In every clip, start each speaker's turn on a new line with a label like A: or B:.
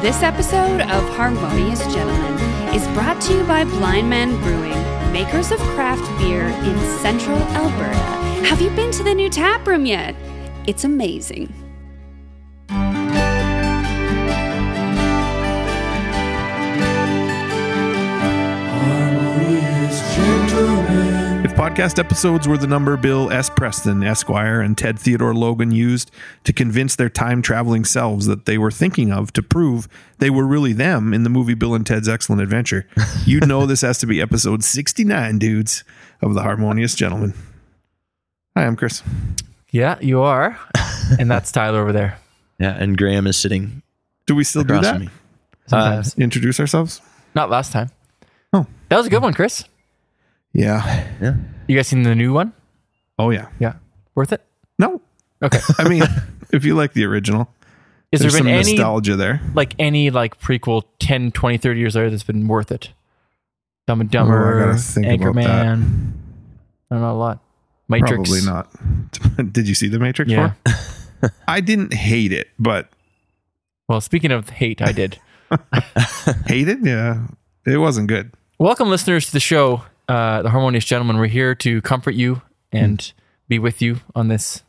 A: This episode of Harmonious Gentlemen is brought to you by Blind Man Brewing, makers of craft beer in central Alberta. Have you been to the new tap room yet? It's amazing.
B: If podcast episodes were the number Bill S. Preston, Esquire, and Ted Theodore Logan used to convince their time traveling selves that they were thinking of to prove they were really them in the movie Bill and Ted's Excellent Adventure, you'd know this has to be episode 69, dudes, of The Harmonious Gentleman. Hi, I'm Chris.
C: Yeah, you are. and that's Tyler over there.
D: Yeah, and Graham is sitting
B: Do we still do
D: across
B: that?
D: from me.
C: Sometimes.
B: Introduce ourselves?
C: Uh, Not last time.
B: Oh.
C: That was a good one, Chris.
B: Yeah.
D: Yeah.
C: You guys seen the new one?
B: Oh, yeah.
C: Yeah. Worth it?
B: No.
C: Okay.
B: I mean, if you like the original,
C: Is there
B: there's
C: been
B: some
C: any
B: nostalgia there.
C: like any like prequel 10, 20, 30 years later that's been worth it? Dumb and Dumber,
B: Oh, gotta think about
C: Anchorman.
B: that.
C: I don't know a lot. Matrix.
B: Probably not. Did you see The Matrix?
C: Yeah.
B: Four? I didn't hate it, but
C: Well, speaking of hate, I did.
B: hated? Yeah. It wasn't good.
C: Welcome, listeners, to the show, uh, The Harmonious Gentleman. We're here to comfort you and
B: Hmm.
C: be with you on this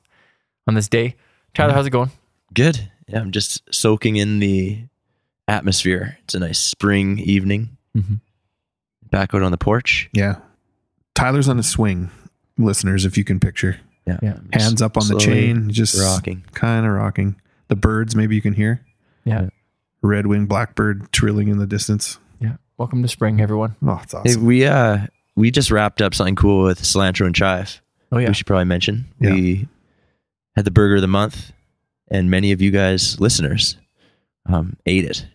C: on this day. Tyler,
B: Hmm.
C: how's it going?
D: Good. Yeah, I'm just soaking in the atmosphere. It's a nice spring evening.
B: Mm-hmm.
C: Mhm.
D: Back out on the porch.
B: Yeah. Tyler's on a swing, listeners, if you can picture.
D: Yeah.
C: Yeah.
D: I'm just
B: Hands up on the
D: slowly
B: chain, just
D: Rocking.
B: Kind of rocking. The birds, maybe you can hear.
C: Yeah.
B: Red winged blackbird trilling in the distance.
C: Yeah. Welcome to spring, everyone.
B: Oh, it's
D: Hey,
B: awesome.
D: we uh we just wrapped up something cool with cilantro and chive.
C: Oh yeah.
D: We should probably mention.
B: Yeah.
D: We had the burger of the month and many of you guys listeners um ate it.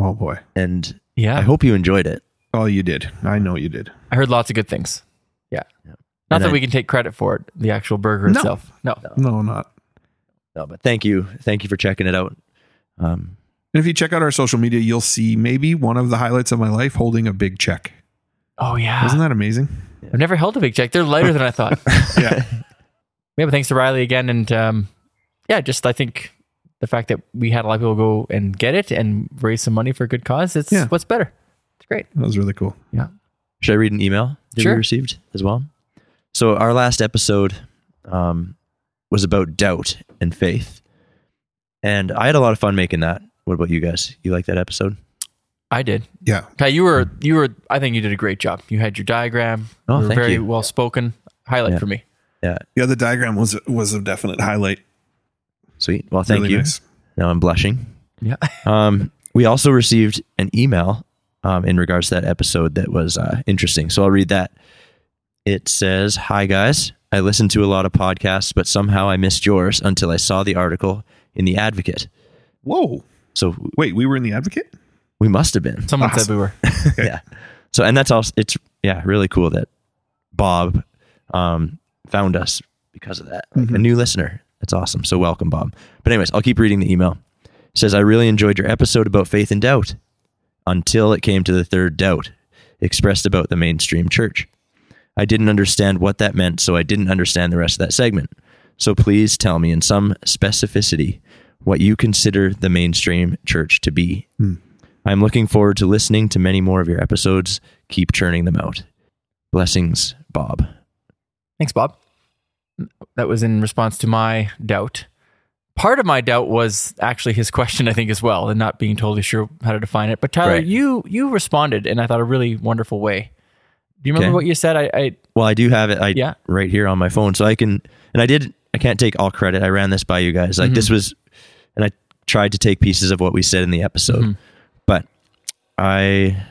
B: oh, boy.
D: And
C: yeah.
B: Ah.
D: I
C: I,
D: hope you enjoyed it.
B: Oh, you did. I know you did.
C: heard lots of good things. Yeah. Not
D: And
C: that
D: I-
C: we can take credit for it, the actual burger
B: No.
C: itself. No.
B: No, not.
D: No, but thank you. Thank you for checking it out. Um
B: And if you check out our social media, you'll see maybe one of the highlights of my life holding a big check.
C: Oh yeah.
B: Isn't that amazing?
C: I've never held a big check. They're lighter than I thought.
B: Yeah.
C: Yeah, but thanks to Riley again and um yeah, just I think the fact that we had a lot of people go and get it and raise some money for a good cause, it's
B: Yeah.
C: what's better. It's great.
B: That was really cool.
C: Yeah.
D: Should I read an email that
C: Sure.
D: we received as well? So our last episode um, was about doubt and faith, and I had a lot of fun making that. What about you guys? You like that episode?
C: I did.
B: Yeah.
C: Ty, you were you were I think you did a great job. You had your diagram.
D: Oh,
C: you were
D: thank
C: very
D: you.
C: well spoken. Highlight
D: Yeah.
C: for me.
D: Yeah,
B: Yeah, the diagram was was a definite highlight.
D: sweet. Well, thank
B: Really
D: you.
B: nice.
D: Now I'm blushing.
C: Yeah.
D: Um, we also received an email um, in regards to that episode that was uh, interesting. So I'll read that. It says, Hi, guys. I listen to a lot of podcasts, but somehow I missed yours until I saw the article in The Advocate.
B: Whoa.
D: So
B: Wait, we were in the Advocate?
D: we must have been.
C: Someone said
B: Awesome.
C: we were.
D: yeah. So, and that's also, it's, yeah, really cool that Bob um, found us because of that. Like A new listener. That's awesome. So, welcome, Bob. But, anyways, I'll keep reading the email. It says, I really enjoyed your episode about faith and doubt until it came to the third doubt expressed about the mainstream church. I didn't understand what that meant, so I didn't understand the rest of that segment. So, please tell me in some specificity what you consider the mainstream church to be. I'm looking forward to listening to many more of your episodes. Keep churning them out. Blessings, Bob.
C: Thanks, Bob. That was in response to my doubt. Part of my doubt was actually his question, I think, as well, and not being totally sure how to define it. But Tyler,
D: Right.
C: you you responded in I thought a really wonderful way. Do you remember
D: Okay.
C: what you said? I, I
D: Well, I do have it I,
C: Yeah.
D: right here on my phone, so I can. And I did. I can't take all credit. I ran this by you guys. Like this was, and I tried to take pieces of what we said in the episode, but I,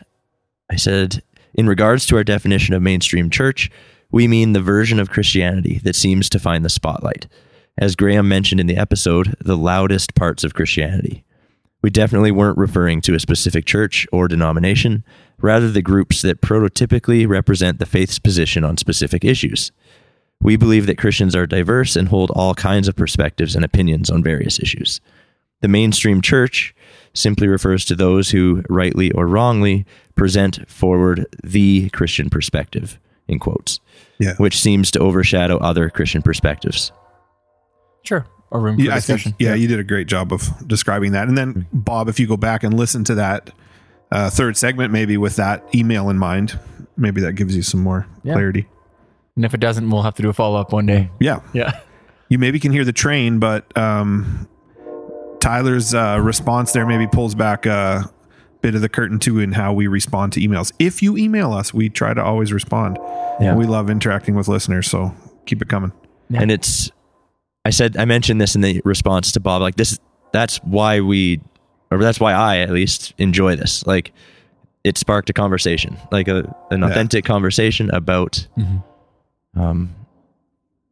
D: I said in regards to our definition of mainstream church, we mean the version of Christianity that seems to find the spotlight. As Graham mentioned in the episode, the loudest parts of Christianity. We definitely weren't referring to a specific church or denomination, rather, the groups that prototypically represent the faith's position on specific issues. We believe that Christians are diverse and hold all kinds of perspectives and opinions on various issues. The mainstream church simply refers to those who, rightly or wrongly, present forward the Christian perspective, in quotes,
B: Yeah.
D: which seems to overshadow other Christian perspectives.
C: sure. or room for
B: yeah, I think-
C: discussion. Mm-hmm.
B: yeah, you did a great job of describing that. And then Bob, if you go back and listen to that uh, third segment, maybe with that email in mind, maybe that gives you some more
C: Yeah.
B: clarity.
C: And if it doesn't, we'll have to do a follow up one day.
B: Yeah,
C: Yeah.
B: you maybe can hear the train, but um, Tyler's uh, response there maybe pulls back a bit of the curtain too in how we respond to emails. If you email us, we try to always respond.
D: Yeah.
B: We love interacting with listeners, so keep it coming.
D: and it's i said i mentioned this in the response to bob like this that's why we or that's why i at least enjoy this like it sparked a conversation like a, an
B: Yeah.
D: authentic conversation about um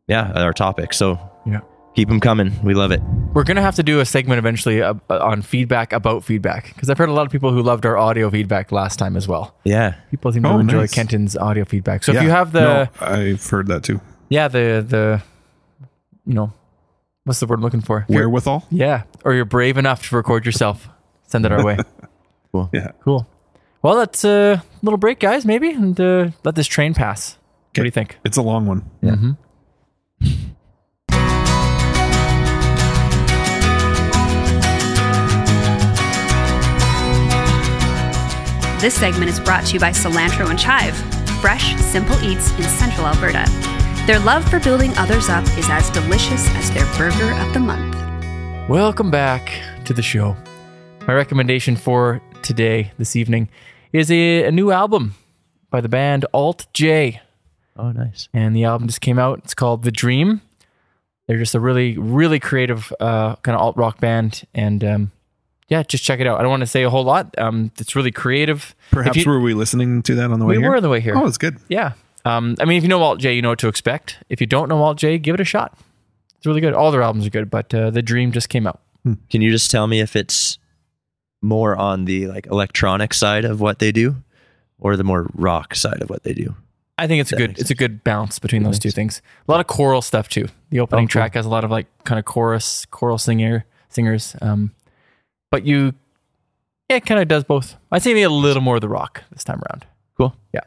D: yeah our topic so
C: Yeah.
D: keep them coming we love it
C: We're going to have to do a segment eventually uh, uh, on feedback about feedback because I've heard a lot of people who loved our audio feedback last time as well.
D: yeah
C: People seem to
B: Oh,
C: enjoy
B: nice.
C: Kenton's audio feedback. So
B: Yeah.
C: if you have the
B: No, I've heard that too.
C: yeah the the you know what's the word I'm looking for? If you're-
B: Wherewithal?
C: yeah, or you're brave enough to record yourself, send it our way.
B: Yeah.
C: cool. Well, that's a little break, guys. Maybe and uh, let this train pass. What do you think?
B: It's a long one.
A: This segment is brought to you by Cilantro and Chive, fresh, simple eats in central Alberta. Their love for building others up is as delicious as their burger of the month.
C: Welcome back to the show. My recommendation for today, this evening, is a, a new album by the band Alt J.
D: oh nice
C: And the album just came out. It's called The Dream. They're just a really, really creative uh, kind of alt rock band. And um, yeah, just check it out. I don't want to say a whole lot. Um, it's really creative. If
B: Perhaps
C: you-
B: were we listening to that on the way
C: we
B: here?
C: were on the way here.
B: Oh, it's good.
C: Yeah. Um, I mean, if you know Alt J, you know what to expect. If you don't know Alt J, give it a shot. It's really good. All their albums are good, but uh, The Dream just came out.
D: can you just tell me if it's more on the like electronic side of what they do or the more rock side of what they do
C: I think it's a
D: That
C: good
D: makes
C: it's a good balance between those two things. A lot of choral stuff too. The opening
D: Oh, cool.
C: track has a lot of like kind of chorus choral singer singers. Um, but you, yeah, it kind of does both. I'd say maybe a little more of the rock this time around.
D: cool
C: Yeah,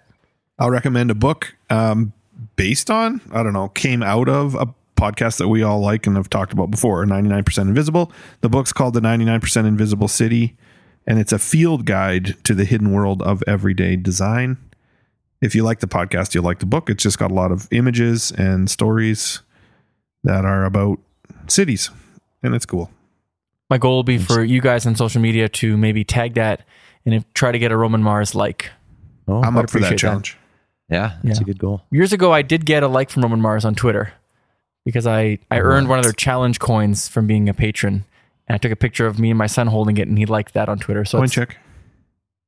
B: I'll recommend a book um, based on, I don't know, came out of a podcast that we all like and have talked about before 99% Invisible. The book's called The 99% Invisible City, and it's a field guide to the hidden world of everyday design. If you like the podcast, you'll like the book. It's just got a lot of images and stories that are about cities, and it's cool.
C: my goal will be for you guys on social media to maybe tag that and if, try to get a Roman Mars like.
D: oh
B: I'm
C: I'd
B: up for
C: appreciate
B: that
C: that.
B: challenge.
D: yeah that's
C: Yeah.
D: a good goal
C: Years ago, I did get a like from Roman Mars on Twitter because I I earned one of their challenge coins from being a patron. And I took a picture of me and my son holding it, and he liked that on Twitter. So
D: Oh,
B: Point
C: it's-
B: check.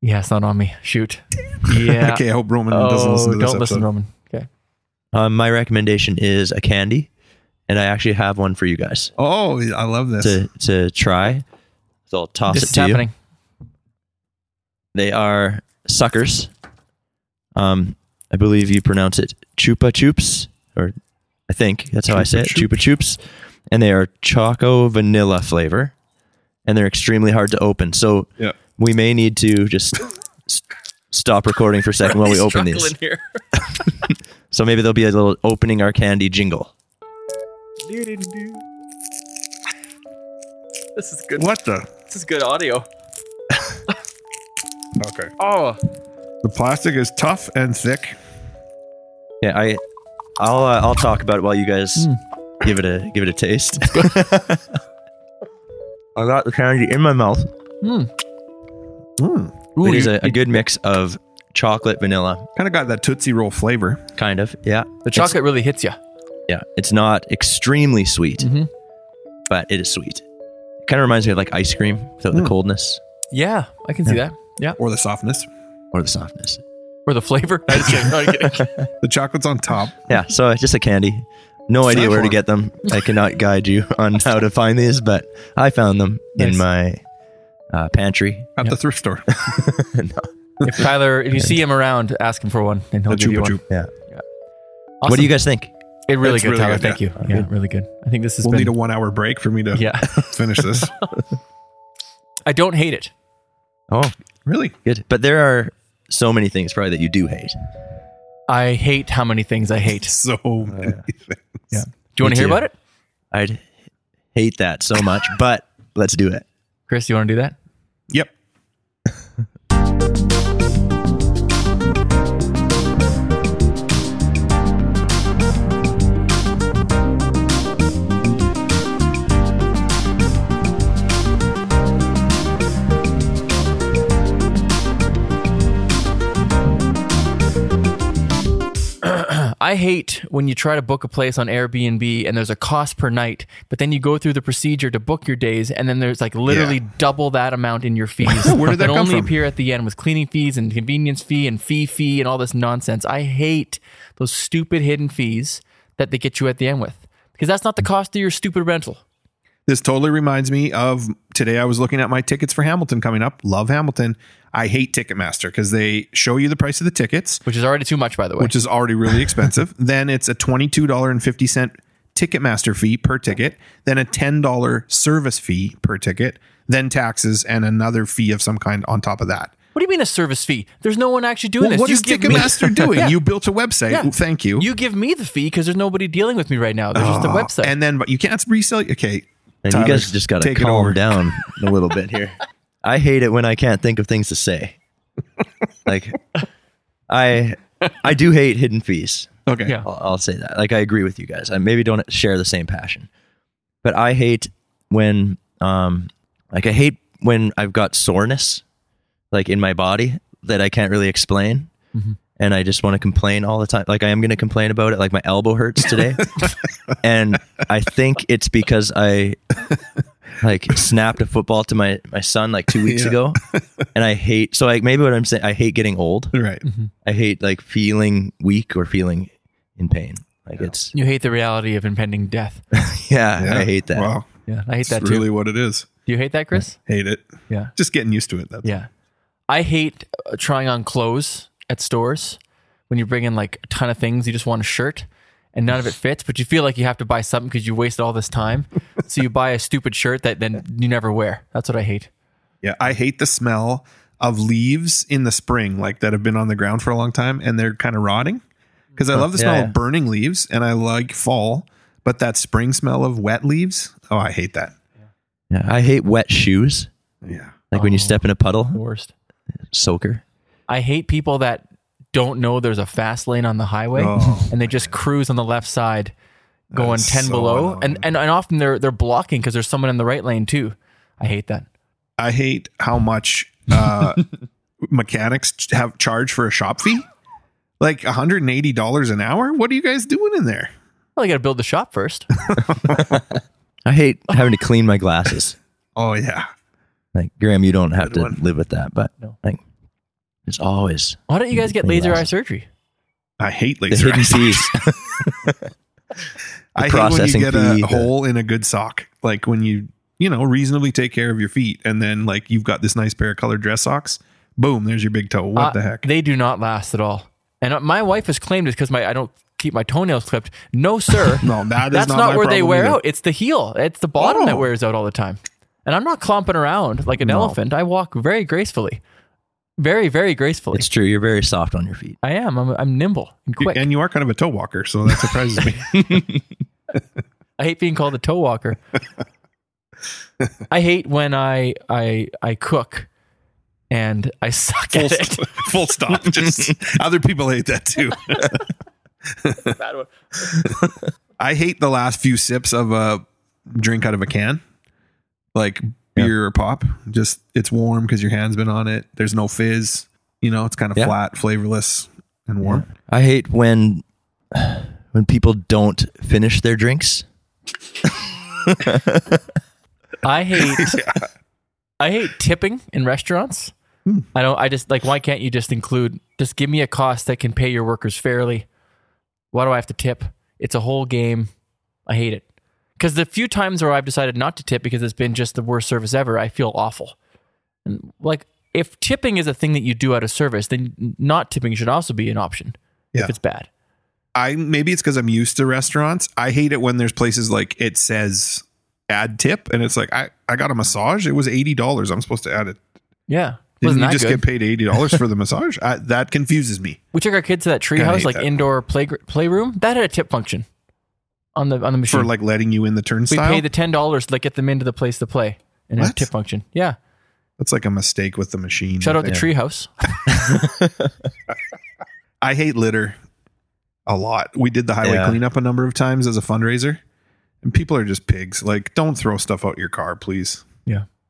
C: Yeah, it's not on me. Shoot. Yeah.
B: Okay, I hope Roman
C: Oh,
B: doesn't listen to
C: don't
B: this
C: listen,
B: episode.
C: Roman. Okay.
D: Um, my recommendation is a candy, and I actually have one for you guys
B: Oh, I love this.
D: to to try. So I'll toss
C: This
D: it
C: is
D: to
C: happening.
D: you. They are suckers. Um, I believe you pronounce it chupa chups, or I think that's how I
B: Chupa
D: say it,
B: Chup.
D: chupa chups, and they are choco vanilla flavor, and they're extremely hard to open. So
B: Yeah.
D: we may need to just s- stop recording for a second while we open these. So maybe there'll be a little opening our candy jingle.
C: This is good.
B: What the?
C: This is good audio.
B: Okay.
C: Oh,
B: The plastic is tough and thick.
D: Yeah, I, I'll uh, I'll talk about it while you guys give it a give it a taste. I got the candy in my mouth. Hmm.
C: Ooh,
D: it is
C: you-
D: a, a good mix of chocolate, vanilla,
B: Kind of got that Tootsie Roll flavor.
D: kind of. Yeah,
C: the chocolate really hits you.
D: yeah. It's not extremely sweet, but it is sweet. It kind of reminds me of like ice cream without the coldness
C: Yeah, I can see that. Yeah.
B: Or the softness.
D: or the softness.
C: Or the flavor. No, I'm just kidding. No, I'm kidding.
B: The chocolate's on top.
D: Yeah, so it's just a candy. No idea where to get them. I cannot guide you on how to find these, but I found them in
C: Nice.
D: my uh, pantry.
B: At the thrift store.
C: if Tyler, if you see him around, ask him for one, and he'll
B: The
C: give you
B: Chupa
C: one.
B: Chup.
D: Yeah.
C: Awesome.
D: What do you guys think?
C: It really
B: It's
C: good,
B: really
C: Tyler.
B: good,
C: Thank
B: yeah.
C: you. Yeah, really good. I think this has
B: We'll
C: been.
B: need a one hour break for me to
C: yeah,
B: finish this.
C: I don't hate it.
D: Oh,
B: Really?
D: good. But there are so many things probably that you do hate.
C: I hate how many things I hate.
B: So many things.
C: Do you want to
D: Me
C: hear
D: too.
C: about it?
D: I'd hate hate that so much, but let's do it.
C: Chris, you want to do that?
B: Yep.
C: I hate when you try to book a place on Airbnb and there's a cost per night, but then you go through the procedure to book your days and then there's like literally
B: Yeah.
C: double that amount in your fees.
B: Where did that come
C: only
B: from?
C: appear at the end with cleaning fees and convenience fee and fee fee and all this nonsense. I hate those stupid hidden fees that they get you at the end with because that's not the cost of your stupid rental.
B: This totally reminds me of today. I was looking at my tickets for Hamilton coming up. Love Hamilton. I hate Ticketmaster because they show you the price of the tickets,
C: Which is already too much, by the way.
B: which is already really expensive. then it's a $22.50 Ticketmaster fee per ticket, then a $10 service fee per ticket, then taxes and another fee of some kind on top of that.
C: what do you mean a service fee? There's no one actually doing
B: Well,
C: this.
B: what
C: You
B: is
C: give me-
B: Ticketmaster doing? You built a website.
C: Yeah.
B: Thank you. Ah,
C: You give me the fee because there's nobody dealing with me right now. There's just the website.
B: And then, but you can't resell. Okay.
D: And
B: Tyler,
D: you guys just got to
B: take it
D: calm
B: over.
D: down a little bit here. I hate it when I can't think of things to say. Like, I I do hate hidden fees.
B: Okay.
C: Yeah.
D: I'll, I'll say that. Like, I agree with you guys. I maybe don't share the same passion, but I hate when um like I hate when I've got soreness like in my body that I can't really explain. And I just want to complain all the time. Like I am going to complain about it. Like my elbow hurts today, and I think it's because I like snapped a football to my my son like two weeks
B: Yeah.
D: ago, and I hate. So like maybe what I'm saying, I hate getting old.
B: Right.
C: Mm-hmm.
D: I hate like feeling weak or feeling in pain. Like it's
C: you hate the reality of impending death.
D: yeah,
B: Yeah.
D: I hate that.
B: Wow.
C: Yeah, I hate that
B: That's
C: too.
B: really what it is.
C: Do you hate that, Chris?
B: Hate it.
C: Yeah.
B: Just getting used to it. That's
C: Yeah. I hate uh, trying on clothes at stores when you bring in like a ton of things. You just want a shirt and none of it fits, but you feel like you have to buy something because you wasted all this time. so you buy a stupid shirt that then you never wear. That's what I hate.
B: Yeah, I hate the smell of leaves in the spring, like that have been on the ground for a long time and they're kind of rotting. Because I love the
D: yeah,
B: smell
D: yeah.
B: of burning leaves and I like fall, but that spring smell of wet leaves, oh, I hate that.
D: Yeah, I hate wet shoes.
B: Yeah.
D: Like when you
C: Oh.
D: step in a
C: The
D: puddle,
C: worst.
D: soaker.
C: I hate people that don't know there's a fast lane on the highway
B: Oh,
C: and they just cruise on the left side going
B: is
C: 10
B: so
C: below.
B: annoying.
C: And, and and often they're they're blocking because there's someone in the right lane too. I hate that.
B: I hate how much uh, mechanics ch- have charge for a shop fee. Like $180 an hour? What are you guys doing in there?
C: Well, you got to build the shop first.
D: I hate having to clean my glasses.
B: Oh, yeah.
D: Like Graham, you don't have
B: Good
D: to
B: one.
D: live with that, but
C: No.
D: like it's always
C: Why don't you guys get
D: Clean
C: laser eye
D: glasses.
C: surgery?
B: I hate
D: the
B: laser
D: hidden
B: eyes.
D: fees.
B: I
D: processing
B: hate when you
D: fee,
B: get a
D: the-
B: hole in a good sock. Like when you, you know, reasonably take care of your feet and then like you've got this nice pair of colored dress socks. Boom, there's your big toe. What
C: Uh,
B: the heck?
C: They do not last at all. And uh, my wife has claimed it's because my I don't keep my toenails clipped. No, sir.
B: No, that is
C: that's
B: not
C: not,
B: my
C: where they
B: problem
C: wear
B: either.
C: out. It's the heel. It's the bottom that
B: Oh.
C: wears out all the time. And I'm not clomping around like an elephant. I walk very gracefully, very very gracefully.
D: it's true. You're very soft on your feet.
C: I am. I'm, I'm nimble and quick.
B: And you are kind of a toe walker, so that surprises me.
C: I hate being called a toe walker. I hate when I I I cook and I suck
B: Full,
C: at it.
B: st- full stop. Just other people hate that too.
C: Bad one.
B: I hate the last few sips of a drink out of a can, like beer or pop. Just it's warm because your hand's been on it. There's no fizz. You know, it's kind of
D: Yeah.
B: flat, flavorless, and warm.
D: I hate when when people don't finish their drinks.
C: I hate I hate tipping in restaurants. I don't I just like why can't you just include just give me a cost that can pay your workers fairly? Why do I have to tip? It's a whole game. I hate it. Cuz the few times where I've decided not to tip because it's been just the worst service ever, I feel awful. And like if tipping is a thing that you do out of service, then not tipping should also be an option
B: Yeah.
C: if it's bad.
B: I maybe it's because I'm used to restaurants. I hate it when there's places like it says add tip and it's like I, I got a massage. It was eighty dollars. I'm supposed to add it.
C: Yeah.
B: Didn't
C: Wasn't
B: you
C: that
B: just
C: good?
B: get paid eighty dollars for the massage? I, that confuses me.
C: We took our kids to that
B: I
C: treehouse,
B: hate
C: like
B: that.
C: indoor play playroom. That had a tip function. on the on the machine.
B: for like letting you in the
C: we
B: turnstile.
C: pay the ten dollars to like get them into the place to play and have a
B: What?
C: tip function. Yeah.
B: That's like a mistake with the machine.
C: Shout
B: I
C: out to
B: think.
C: Treehouse.
B: I hate litter a lot. We did the highway
D: Yeah.
B: cleanup a number of times as a fundraiser, and people are just pigs. Like, don't throw stuff out your car, please.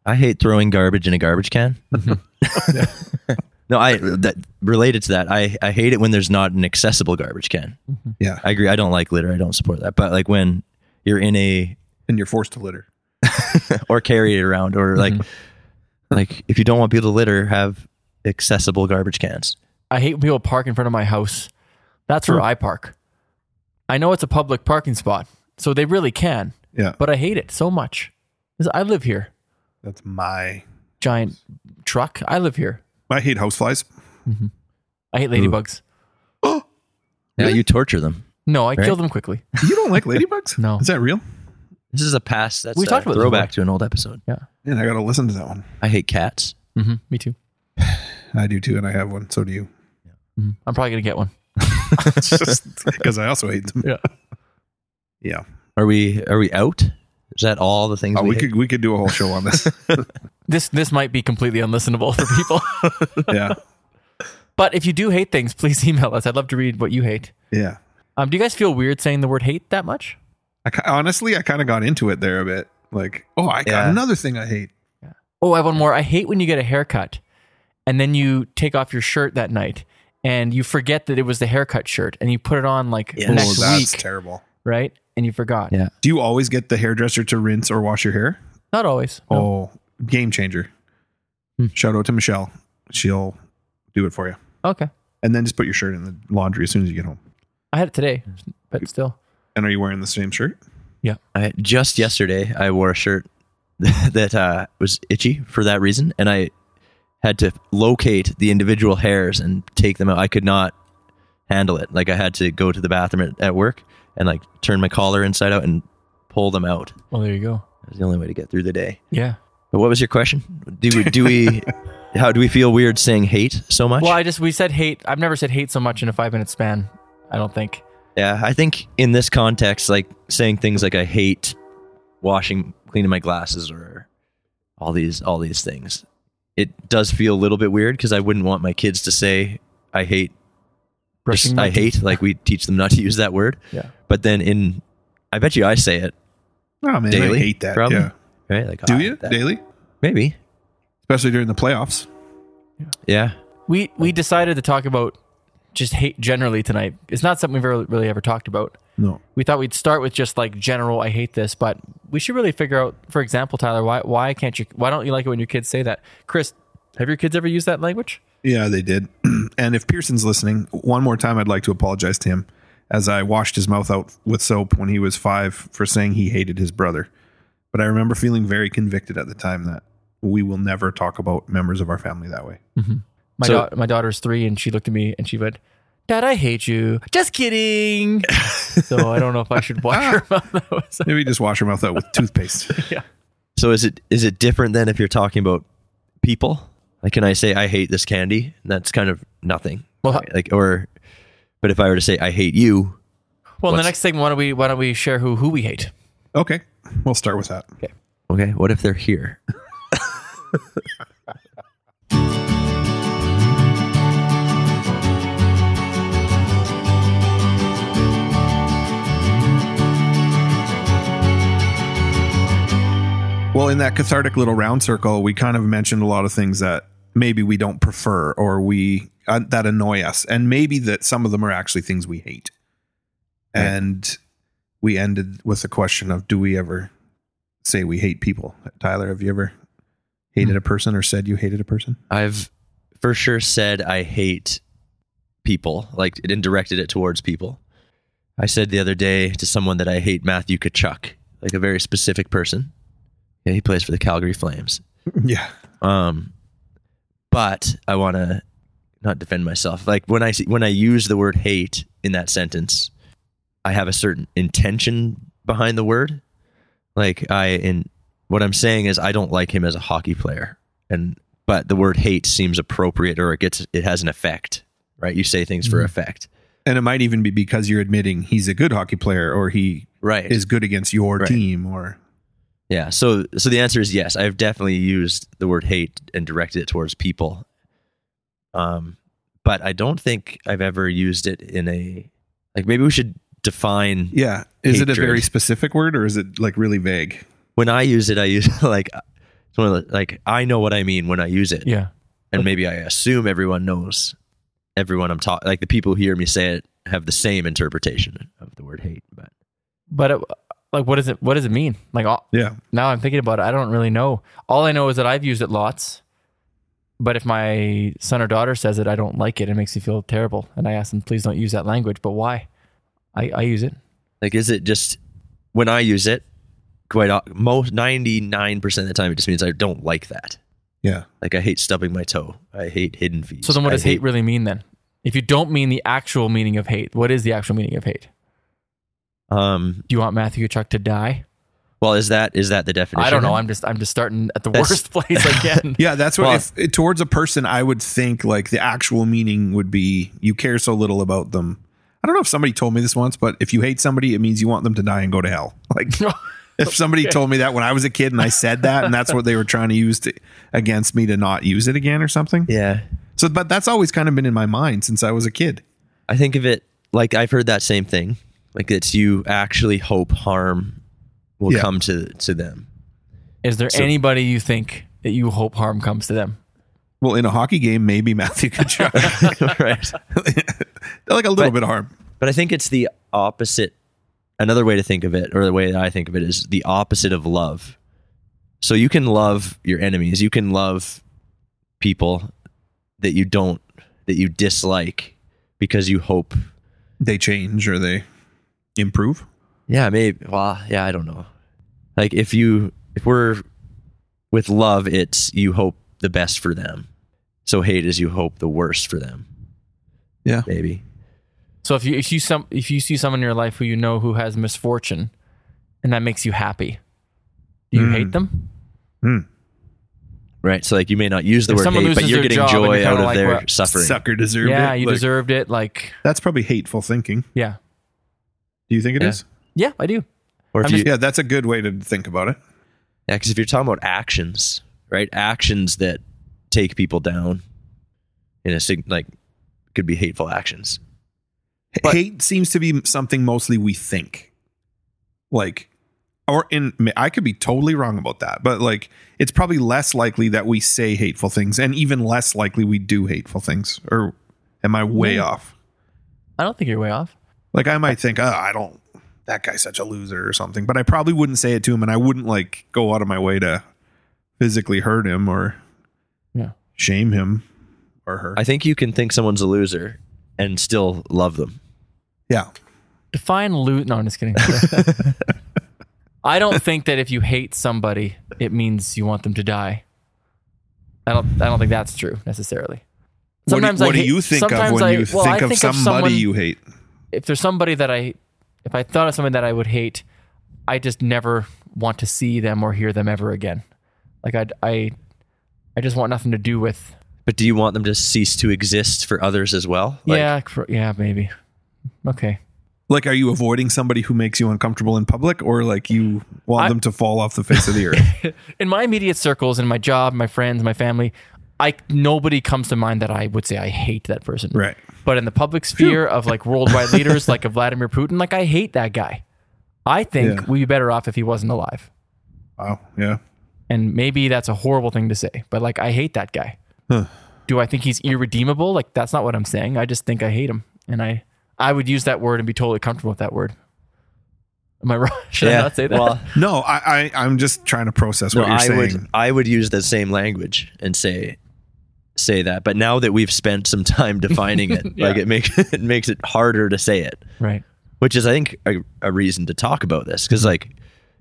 D: I hate throwing garbage in a garbage can.
C: Mm-hmm.
D: no, I that related to that. I I hate it when there's not an accessible garbage can.
C: Mm-hmm.
B: Yeah.
D: I agree. I don't like litter. I don't support that. But like when you're in a
B: And you're forced to litter.
D: or carry it around or like
C: Mm-hmm.
D: like if you don't want people to litter, have accessible garbage cans.
C: I hate when people park in front of my house. That's where I park. I know it's a public parking spot, so they really can,
B: Yeah,
C: but I hate it so much. 'Cause I live here.
B: that's my.
C: Giant truck. I live here.
B: I hate houseflies.
C: I hate ladybugs.
D: Yeah, you torture them.
C: No, I
D: Right.
C: kill them quickly.
B: You don't like ladybugs?
C: No.
B: is that real?
D: This is a past. That's
C: We
D: a
C: talked about this
D: throwback to an old episode.
B: And I got to listen to that one.
D: I hate cats.
C: hmm Me too.
B: I do too, and I have one. So do you.
C: Mhm. I'm probably gonna get one.
B: It's just because I also hate them.
C: Yeah.
B: Yeah.
D: Are we are we out? Is that all the things
B: Oh,
D: we,
B: we
D: hate?
B: could we could do a whole show on this.
C: This this might be completely unlistenable for people.
B: yeah.
C: but if you do hate things, please email us. I'd love to read what you hate.
B: Yeah.
C: Um, do you guys feel weird saying the word hate that much?
B: I, ki- honestly, I kind of got into it there a bit. Like, oh, I got
D: Yeah.
B: another thing I hate.
C: Oh, I have one more. I hate when you get a haircut and then you take off your shirt that night and you forget that it was the haircut shirt and you put it on like
D: Yeah.
C: the
D: Oh,
C: next
B: oh, that's
C: week,
B: terrible.
C: right? And you forgot.
D: Yeah.
B: Do you always get the hairdresser to rinse or wash your hair?
C: Not always. No. Hmm.
B: Oh, game changer. Shout out to Michelle. She'll do it for you.
C: Okay.
B: And then just put your shirt in the laundry as soon as you get home.
C: I had it today, but still.
B: And are you wearing the same shirt?
D: I, just yesterday, I wore a shirt that uh, was itchy for that reason, and I had to locate the individual hairs and take them out. I could not handle it. Like I had to go to the bathroom at, at work and like turn my collar inside out and pull them out.
C: Well, there you go.
D: It was the only way to get through the day.
C: Yeah.
D: But what was your question? Do we, do we how do we feel weird saying hate so much?
C: Well, I just, we said hate. I've never said hate so much in a five minute span. I don't think.
D: Yeah, I think in this context, like saying things like I hate washing, cleaning my glasses, or all these all these things, it does feel a little bit weird because I wouldn't want my kids to say I hate.
C: Brushing
D: Just,
C: my
D: I hate. Like we teach them not to use that word.
C: Yeah.
D: But then in, I bet you I say it
B: Oh man,
D: daily.
B: I hate that.
D: probably.
B: Yeah.
D: Right. Like I
B: Do
D: hate
B: you
D: that.
B: daily?
D: Maybe.
B: Especially during the playoffs.
D: Yeah.
C: We, we decided to talk about just hate generally tonight. It's not something we've ever, really ever talked about.
B: No.
C: we thought we'd start with just like general i hate this but we should really figure out for example tyler why why can't you why don't you like it when your kids say that chris have your kids ever used that language
B: Yeah, they did. and if Pearson's listening, one more time, I'd like to apologize to him as I washed his mouth out with soap when he was five for saying he hated his brother. But I remember feeling very convicted at the time that we will never talk about members of our family that way.
C: my,
D: So-
C: dau- my daughter's three and she looked at me and she went dad i hate you just kidding so i don't know if i should watch her mouth that was
B: Maybe just wash your mouth out with toothpaste.
D: So is it is it different than if you're talking about people? Like, can I say I hate this candy? And that's kind of nothing.
C: Well,
D: right? like, or, but if I were to say I hate you,
C: well in the
D: What's-
C: next thing why don't we why don't we share who who we hate
B: Okay, we'll start with that.
D: okay, what if they're here?
B: Well, in that cathartic little round circle, we kind of mentioned a lot of things that maybe we don't prefer or we uh, that annoy us, and maybe that some of them are actually things we hate.
D: Right.
B: And we ended with the question of, do we ever say we hate people? Tyler, have you ever
D: Hmm.
B: hated a person or said you hated a person?
D: I've for sure said I hate people, like, and directed it towards people. I said the other day to someone that I hate Matthew Kachuk, like a very specific person. Yeah, he plays for the Calgary Flames.
B: Yeah,
D: Um, but I want to not defend myself. Like when I see- when I use the word hate in that sentence, I have a certain intention behind the word. Like I in what I'm saying is I don't like him as a hockey player, and but the word hate seems appropriate or it gets it has an effect, right? You say things for effect.
B: and it might even be because you're admitting he's a good hockey player or he
D: Right.
B: is good against your
D: Right.
B: team or
D: Yeah. So so the answer is yes. I've definitely used the word hate and directed it towards people. Um, but I don't think I've ever used it in a like. Maybe we should define
B: yeah. Is it a
D: Hatred.
B: very specific word or is it like really vague?
D: when I use it. I use like it's one of the, like I know what I mean when I use it,
C: Yeah.
D: and maybe I assume everyone knows. Everyone I'm talking like the people who hear me say it have the same interpretation of the word hate. But
C: But it, like, what does it? What does it mean? Like, all,
B: Yeah.
C: now I'm thinking about it. I don't really know. All I know is that I've used it lots. But if my son or daughter says it, I don't like it. It makes me feel terrible, and I ask them, please don't use that language. But why? I, I use it.
D: Like, is it just when I use it? Quite o- most ninety nine percent of the time, it just means I don't like that.
B: Yeah.
D: Like, I hate stubbing my toe. I hate hidden fees.
C: So then, what
D: I
C: does hate really mean then? If you don't mean the actual meaning of hate, what is the actual meaning of hate?
D: Um.
C: Do you want Matthew Chuck to die?
D: Well, is that is that the definition?
C: I don't know.
D: then?
C: I'm just I'm just starting at the
D: That's-
C: worst place I can.
B: Yeah, that's what
D: Well-
B: if, it- towards a person I would think like the actual meaning would be you care so little about them. I don't know if somebody told me this once, but if you hate somebody, it means you want them to die and go to hell. Like if somebody told me that when I was a kid and I said that and that's what they were trying to use to, against me to not use it again or something.
D: Yeah.
B: So but that's always kind of been in my mind since I was a kid.
D: I think of it like I've heard that same thing. Like it's you actually hope harm will
B: Yeah.
D: come to to them.
C: Is there anybody you think that you hope harm comes to them?
B: Well, in a hockey game, maybe Matthew could try
D: right.
B: like a little
D: But-
B: bit of harm.
D: But I think it's the opposite. Another way to think of it, or the way that I think of it, is the opposite of love. So you can love your enemies. You can love people that you don't, that you dislike, because you hope.
B: They change or they improve.
D: Yeah, maybe. Well, yeah, I don't know. Like if you, if we're with love, it's you hope the best for them. So hate is you hope the worst for them.
B: Yeah.
D: Maybe.
C: So if you if you some if you see someone in your life who you know who has misfortune, and that makes you happy, do you
B: Hmm.
C: hate them?
D: Right. So like you may not use the
C: If
D: word
C: someone
D: hate, but
C: loses
D: you're
C: their
D: getting
C: job and
D: joy
C: you're
D: out
C: kinda
D: of
C: like,
D: their
C: well,
D: suffering.
B: Sucker deserved
C: yeah,
B: it.
C: you
B: Like,
C: deserved it. Like
B: That's probably hateful thinking.
C: yeah,
B: Do you think it is?
D: Yeah.
C: yeah, I do.
D: Or if
C: I'm
D: you,
C: just-
B: Yeah, that's a good way to think about it.
D: Yeah, because if you're talking about actions, right? Actions that take people down in a sig- like could be hateful actions.
B: H- Hate seems to be something mostly we think. Like, or in, I could be totally wrong about that, but like, it's probably less likely that we say hateful things and even less likely we do hateful things. Or am I way off?
C: I don't think you're way off.
B: Like, I might think, oh, I don't, that guy's such a loser or something, but I probably wouldn't say it to him and I wouldn't like go out of my way to physically hurt him or
C: Yeah.
B: shame him or her.
D: I think you can think someone's a loser and still love them.
B: yeah.
C: Define loot. No, I'm just kidding. I don't think that if you hate somebody, it means you want them to die. I don't. I don't think that's true
B: What
C: necessarily.
B: do-
C: Sometimes
B: what do,
C: I hate-
B: you think of
C: sometimes
B: when
C: I-
B: you
C: well, I
B: think, of somebody
C: someone-
B: you hate?
C: if there's somebody that I, if I thought of somebody that I would hate, I just never want to see them or hear them ever again. Like I, I, I just want nothing to do with.
D: But do you want them to cease to exist for others as well? Like,
C: yeah, cr- yeah, maybe. Okay.
B: Like, are you avoiding somebody who makes you uncomfortable in public, or like you want
C: I-
B: them to fall off the face of the earth?
C: In my immediate circles, in my job, my friends, my family, I nobody comes to mind that I would say I hate that person.
B: Right.
C: But in the public sphere of like worldwide leaders, like of Vladimir Putin, like I hate that guy. I think
B: Yeah.
C: we'd be better off if he wasn't alive.
B: Wow. Yeah.
C: and maybe that's a horrible thing to say, but like I hate that guy.
B: Huh.
C: Do I think he's irredeemable? Like that's not what I'm saying. I just think I hate him, and I I would use that word and be totally comfortable with that word. Am I wrong? Should
D: yeah.
C: I not say that?
D: Well,
B: No, I, I I'm just trying to process
D: no,
B: what you're
D: I
B: saying.
D: would I would use the same language and say say that. But now that we've spent some time defining it,
C: Yeah.
D: like it makes it makes it harder to say it.
C: right.
D: which is I think a, a reason to talk about this because like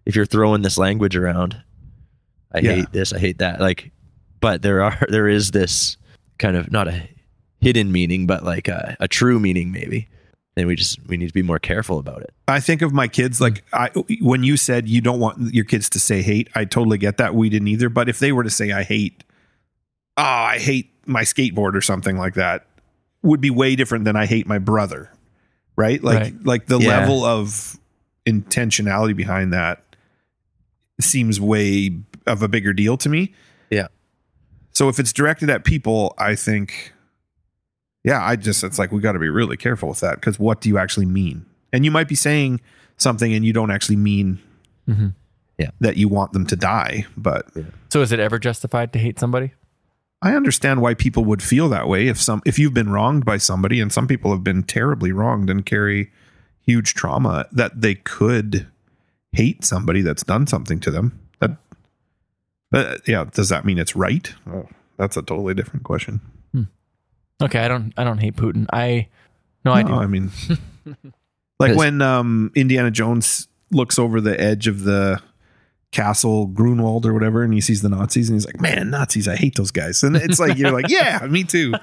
D: if you're throwing this language around, I
B: Yeah.
D: hate this, I hate that, like, but there are there is this kind of not a hidden meaning, but like a, a true meaning maybe, and we just we need to be more careful about it.
B: I think of my kids like I when you said you don't want your kids to say hate, I totally get that. We didn't either, but if they were to say I hate oh, I hate my skateboard or something like that would be way different than I hate my brother. Right? Like
C: Right.
B: like the
D: Yeah.
B: level of intentionality behind that seems way of a bigger deal to me.
D: Yeah.
B: So if it's directed at people, I think, yeah, I just, it's like, we got to be really careful with that because what do you actually mean? And you might be saying something and you don't actually mean
C: Mhm.
D: Yeah.
B: that you want them to die, but
C: So is it ever justified to hate somebody?
B: I understand why people would feel that way if some if you've been wronged by somebody and some people have been terribly wronged and carry huge trauma that they could hate somebody that's done something to them. That but yeah, does that mean it's right? Oh, that's a totally different question.
C: Okay, I don't I don't hate Putin. I no, I
B: No,
C: do.
B: I mean like
D: Yes.
B: when um Indiana Jones looks over the edge of the castle Grunwald or whatever and he sees the Nazis and he's like, "Man, Nazis, I hate those guys." And it's like you're like, "Yeah, me too."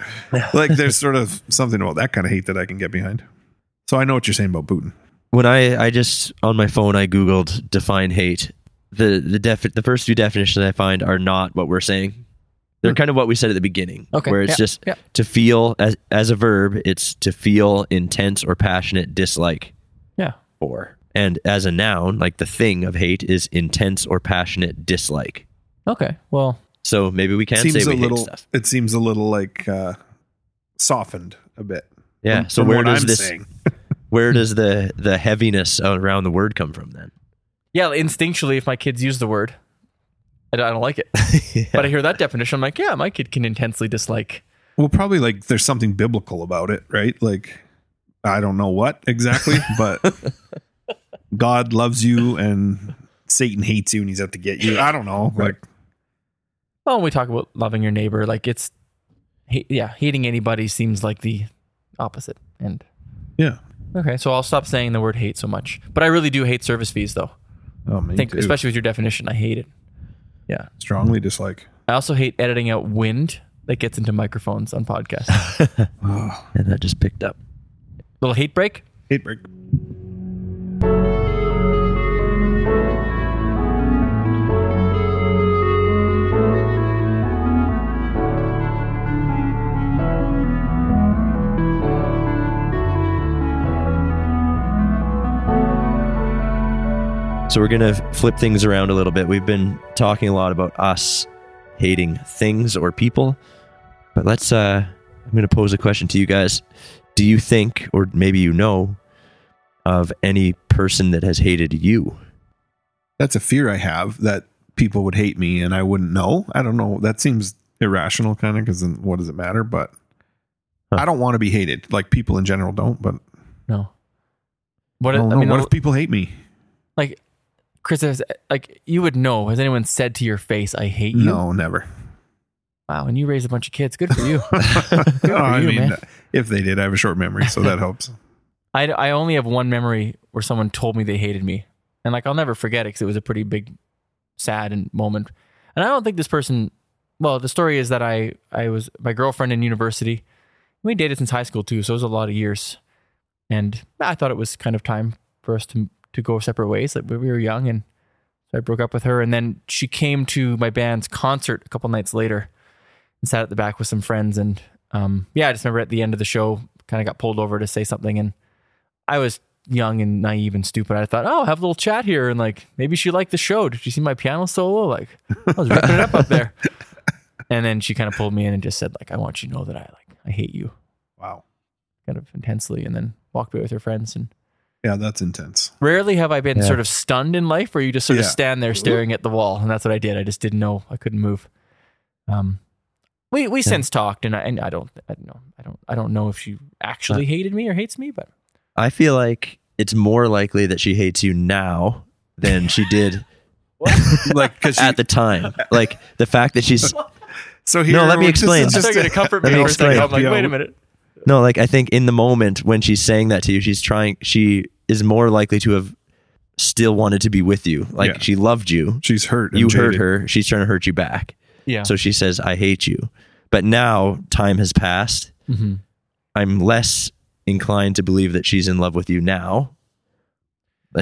B: Like there's sort of something about that kind of hate that I can get behind. So I know what you're saying about Putin.
D: when I, I just on my phone I googled define hate. The the defi- the first two definitions I find are not what we're saying. They're kind of what we said at the beginning,
C: Hmm. Okay,
D: where it's
C: yeah,
D: just
C: yeah.
D: to feel as as a verb. It's to feel intense or passionate dislike
C: yeah.
D: for, and as a noun, like the thing of hate is intense or passionate dislike.
C: Okay. Well,
D: So maybe we can
B: seems
D: say
B: a
D: we
B: little
D: hate stuff.
B: it seems a little like uh softened a bit.
D: Yeah.
B: from-
D: so
B: from
D: where
B: what
D: does
B: I'm
D: this?
B: saying. Hmm.
D: Where does the the heaviness around the word come from then?
C: yeah. Instinctually, if my kids use the word, I don't, I don't like it. But I hear that definition, I'm like, yeah, my kid can intensely dislike.
B: Well, probably like there's something biblical about it, right? Like I don't know what exactly, but God loves you and Satan hates you and he's out to get you. I don't know. Like
C: Well, when we talk about loving your neighbor, like it's, hate, yeah, hating anybody seems like the opposite. And
B: yeah.
C: okay, so I'll stop saying the word hate so much. But I really do hate service fees, though.
B: Oh, me
C: I think,
B: too.
C: especially with your definition, I hate it. Yeah.
B: strongly dislike.
C: I also hate editing out wind that gets into microphones on podcasts.
D: and that just picked up.
C: Little hate break.
B: Hate break.
D: So we're going to flip things around a little bit. We've been talking a lot about us hating things or people. But let's uh I'm going to pose a question to you guys. Do you think or maybe you know of any person that has hated you?
B: That's a fear I have that people would hate me and I wouldn't know. I don't know. That seems irrational, kind of, because then what does it matter? But
D: Huh.
B: I don't want to be hated. Like people in general don't. But
C: No. What
B: I
C: if,
B: don't
C: I
B: know.
C: mean,
B: what if people hate me?
C: like Chris, has, like you would know. Has anyone said to your face, "I hate you"?
B: No, never.
C: Wow, and you raise a bunch of kids. Good for you.
B: No, I
C: you,
B: mean,
C: man.
B: if they did, I have a short memory, so that helps.
C: I I only have one memory where someone told me they hated me, and like I'll never forget it because it was a pretty big, sad and moment. And I don't think this person. Well, the story is that I I was my girlfriend in university. We dated since high school too, so it was a lot of years. And I thought it was kind of time for us to to go separate ways. Like we were young, and so I broke up with her. And then she came to my band's concert a couple nights later, and sat at the back with some friends. And um, yeah, I just remember at the end of the show, kind of got pulled over to say something, and I was young and naive and stupid. I thought, oh, have a little chat here, and like maybe she liked the show. Did you see my piano solo? Like I was ripping it up up there. And then she kind of pulled me in and just said, like, I want you to know that I like I hate you,
B: Wow.
C: kind of intensely, and then walked away with her friends. And
B: Yeah, that's intense.
C: rarely have I been
D: Yeah.
C: sort of stunned in life, where you just sort of
B: Yeah.
C: stand there staring at the wall, and that's what I did. I just didn't know I couldn't move. Um, we we since talked, and I and I don't I don't know I don't I don't know if she actually
B: Uh,
C: hated me or hates me, but
D: I feel like it's more likely that she hates you now than she did
B: Like, because
D: at the time. Like the fact that she's
B: so here.
D: let me
B: this is
D: explain.
B: just
D: I
C: they're
B: a-
C: gonna comfort me
D: let me
C: for a second.
D: explain.
C: I'm like,
B: Yeah,
C: wait a
B: we-
C: minute.
D: No, like I think in the moment when she's saying that to you, she's trying. She is more likely to have still wanted to be with you. Like
B: Yeah.
D: she loved you.
B: She's hurt. and
D: you hurt
B: jaded.
D: her. She's trying to hurt you back.
C: Yeah.
D: So she says, "I hate you." But now time has passed.
C: Mhm.
D: I'm less inclined to believe that she's in love with you now.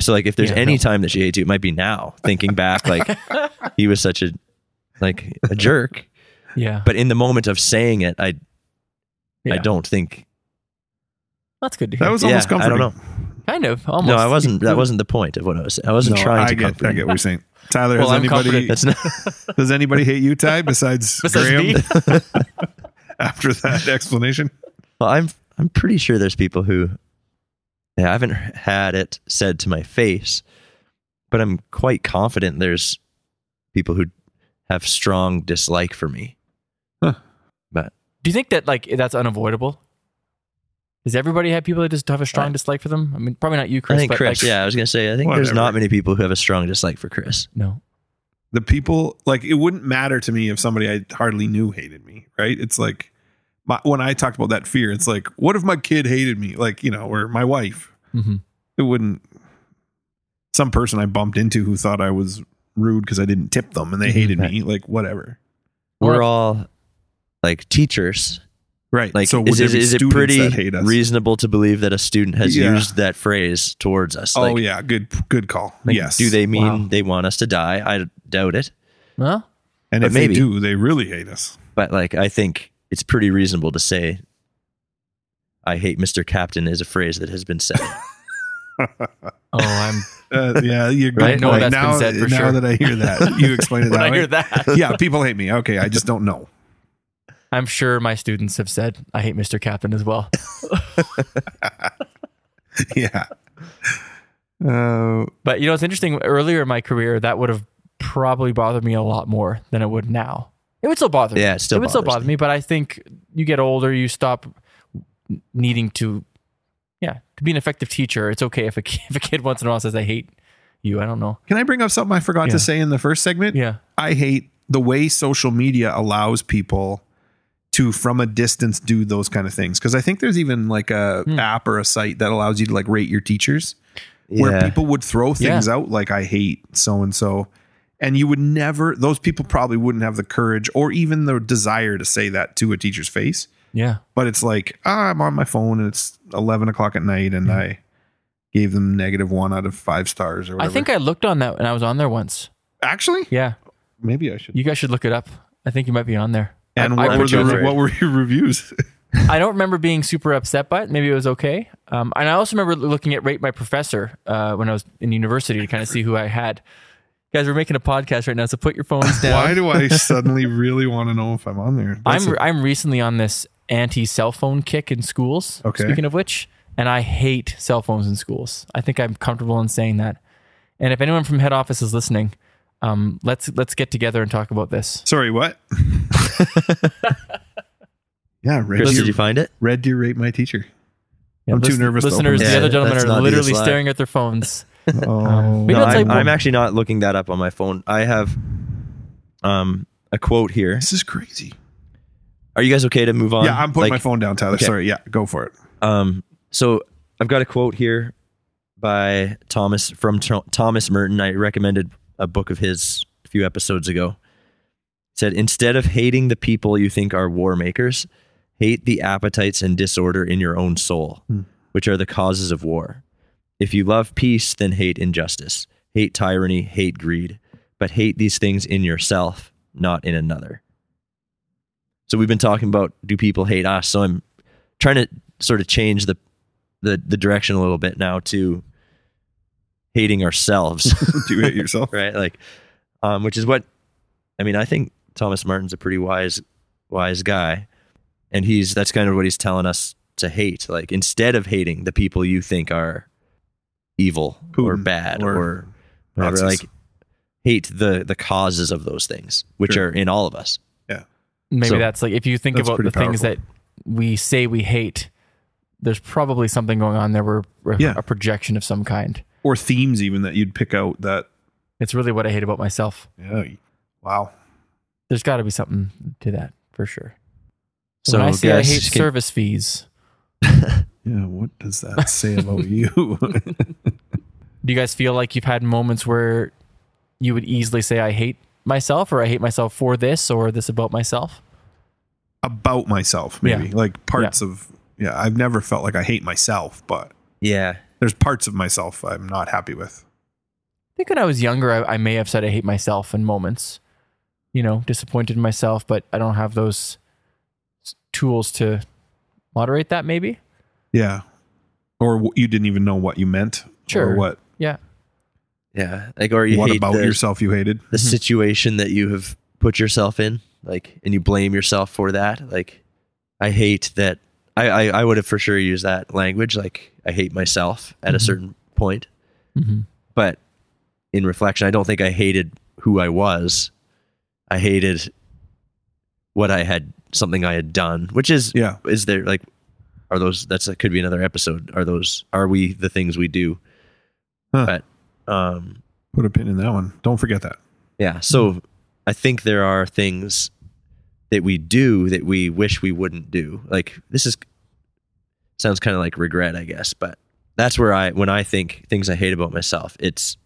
D: So like, if there's
C: Yeah,
D: any
C: no.
D: time that she hates you, it might be now. Thinking back, like he was such a like a jerk.
C: yeah.
D: But in the moment of saying it, I
C: Yeah.
D: I don't think
C: That's good to hear.
B: That was
D: Yeah,
B: almost
D: I
B: comforting.
D: don't know.
C: Kind of, almost.
D: No, I wasn't. That wasn't the point of what I was. I wasn't
B: No,
D: trying
B: I
D: to
B: get, I
D: comfort.
B: get
D: you.
B: what you're saying. Tyler,
C: Well,
B: has
C: I'm
B: anybody
C: confident
D: That's not.
B: does anybody hate you, Ty, besides,
C: Besides
B: Graham
C: me.
B: after that explanation?
D: Well, I'm. I'm pretty sure there's people who. Yeah, I haven't had it said to my face, but I'm quite confident there's people who have strong dislike for me.
B: Huh.
D: But
C: Do you think that like that's unavoidable? Does everybody have people that just have a strong dislike for them? I mean, probably not you, Chris.
D: I think
C: but
D: Chris.
C: like,
D: yeah, I was gonna say. I think there's
B: Whatever.
D: not many people who have a strong dislike for Chris.
C: No.
B: The people like it wouldn't matter to me if somebody I hardly knew hated me, right? It's like my, when I talked about that fear, it's like, what if my kid hated me? Like, you know, or my wife.
C: Mhm.
B: It wouldn't some person I bumped into who thought I was rude because I didn't tip them and
D: Mm-hmm.
B: they hated me, like whatever.
D: We're
C: Well-
D: all like teachers.
B: Right.
D: Like,
B: so would
D: is,
B: there
D: is,
B: be
D: is it
B: students
D: pretty
B: that hate us?
D: reasonable to believe that a student has
B: Yeah.
D: used that phrase towards us?
B: oh
D: Like,
B: yeah, good good call.
D: Like,
B: yes.
D: Do they mean
C: Wow.
D: they want us to die? I doubt it.
C: Well,
B: And
D: But
B: if
D: maybe.
B: they do, they really hate us.
D: But like, I think it's pretty reasonable to say, "I hate Mr. Captain" is a phrase that has been said.
C: oh, I'm.
B: Uh, yeah, you're good.
C: Right? No,
B: point.
C: that's been
B: now,
C: said for
B: now
C: sure.
B: that I hear that, you explain it
C: when
B: that
C: I
B: way.
C: hear that,
B: Yeah, people hate me. Okay, I just don't know.
C: I'm sure my students have said I hate Mr. Captain as well.
B: Yeah. Uh,
C: But you know, it's interesting. Earlier in my career, that would have probably bothered me a lot more than it would now. It would still bother me.
D: Yeah, it still
C: it would still
D: bothers
C: bother me. But I think you get older, you stop needing to. Yeah, to be an effective teacher, it's okay if a kid, if a kid once in a while says I hate you. I don't know.
B: can I bring up something I forgot
C: Yeah.
B: to say in the first segment?
C: Yeah.
B: I hate the way social media allows people to from a distance do those kind of things because I think there's even like a
C: Hmm.
B: app or a site that allows you to like rate your teachers where
D: Yeah.
B: people would throw things out like I hate so and so and you would never those people probably wouldn't have the courage or even the desire to say that to a teacher's face
C: Yeah.
B: but it's like ah, I'm on my phone and it's 11 o'clock at night
C: Hmm.
B: and I gave them negative one out of five stars or whatever
C: I think I looked on that and I was on there once.
B: actually
C: Yeah.
B: maybe I should
C: You guys should look it up. I think you might be on there.
B: and
C: I-
B: what
C: I
B: were
C: would
B: the
C: go
D: for
B: re-
D: it.
B: what were your reviews
C: I don't remember being super upset by it. Maybe it was okay. Um, and I also remember looking at Rate My Professor uh, when I was in university to kind of see who I had. Guys, we're making a podcast right now, so put your phones down.
B: Why do I suddenly really want to know if I'm on there?
C: I'm
B: That's a-
C: I'm recently on this anti cell phone kick in schools.
B: Okay.
C: Speaking of which, and I hate cell phones in schools. I think I'm comfortable in saying that. And if anyone from head office is listening, um, let's let's get together and talk about this.
B: sorry. What? yeah, Red
D: Chris,
B: Deer,
D: did you find it?
B: Red Deer rate my teacher.
C: Yeah,
B: I'm too nervous to
C: Listeners,
B: open
C: the
D: this.
C: other
D: Yeah,
C: gentlemen
D: let's
C: are
D: not do
C: literally
D: this live.
C: staring at their phones.
B: Oh,
C: Maybe
D: No,
C: that's
D: I'm,
C: like-
D: I'm actually not looking that up on my phone. I have um, a quote here.
B: this is crazy.
D: Are you guys okay to move on?
B: yeah, I'm putting
D: Like,
B: my phone down, Tyler.
D: okay.
B: Sorry. Yeah, go for it.
D: Um, so I've got a quote here by Thomas from Tho- Thomas Merton. I recommended a book of his a few episodes ago. It said instead of hating the people you think are war makers, hate the appetites and disorder in your own soul, which are the causes of war. If you love peace, then hate injustice, hate tyranny, hate greed, but hate these things in yourself, not in another. So we've been talking about do people hate us? So I'm trying to sort of change the the, the direction a little bit now to hating ourselves,
B: Do it yourself.
D: right? Like, um, which is what I mean. I think Thomas Martin's a pretty wise wise guy, and he's that's kind of what he's telling us to hate. Like, instead of hating the people you think are evil or
B: Putin
D: bad
B: or
D: or, whatever,
B: Nazis.
D: like hate the the causes of those things, which
B: Sure.
D: are in all of us.
C: Maybe
D: So-
C: that's like if you think
B: That's
C: about the
B: pretty
C: things that
B: powerful.
C: we say we hate, there's probably something going on there where where
B: Yeah.
C: a projection of some kind.
B: Or themes even that you'd pick out that.
C: It's really what I hate about myself.
B: Yeah. Wow.
C: There's got to be something to that for sure.
D: So
C: when I say I
D: guys,
C: hate
D: can-
C: service fees,
B: Yeah. What does that say about you?
C: do you guys feel like you've had moments where you would easily say I hate myself or I hate myself for this or this about myself?
B: about myself, maybe
C: Yeah.
B: like parts of. Yeah, I've never felt like I hate myself, but
D: yeah,
B: there's parts of myself I'm not happy with.
C: I think when I was younger, I, I may have said I hate myself in moments, you know, disappointed in myself, but I don't have those s- tools to moderate that maybe.
B: Yeah. or wh- you didn't even know what you meant or
C: Sure.
B: what
C: Yeah.
D: Yeah, like or you
B: what
D: hate
B: about
D: the,
B: yourself you hated.
D: the situation that you have put yourself in, like, and you blame yourself for that. Like, I hate that. I I, I would have for sure used that language. Like, I hate myself at a
B: Mm-hmm.
D: certain point.
C: Mhm.
D: But in reflection, I don't think I hated who I was. I hated what I had, something I had done, which is
B: Yeah.
D: Is there like, are those? That's that could be another episode. Are those? Are we the things we do?
B: Huh.
D: But um,
B: Put a pin in that one. Don't forget that.
D: yeah. So I think there are things that we do that we wish we wouldn't do. Like this is sounds kind of like regret, I guess, but that's where I when I think things I hate about myself, it's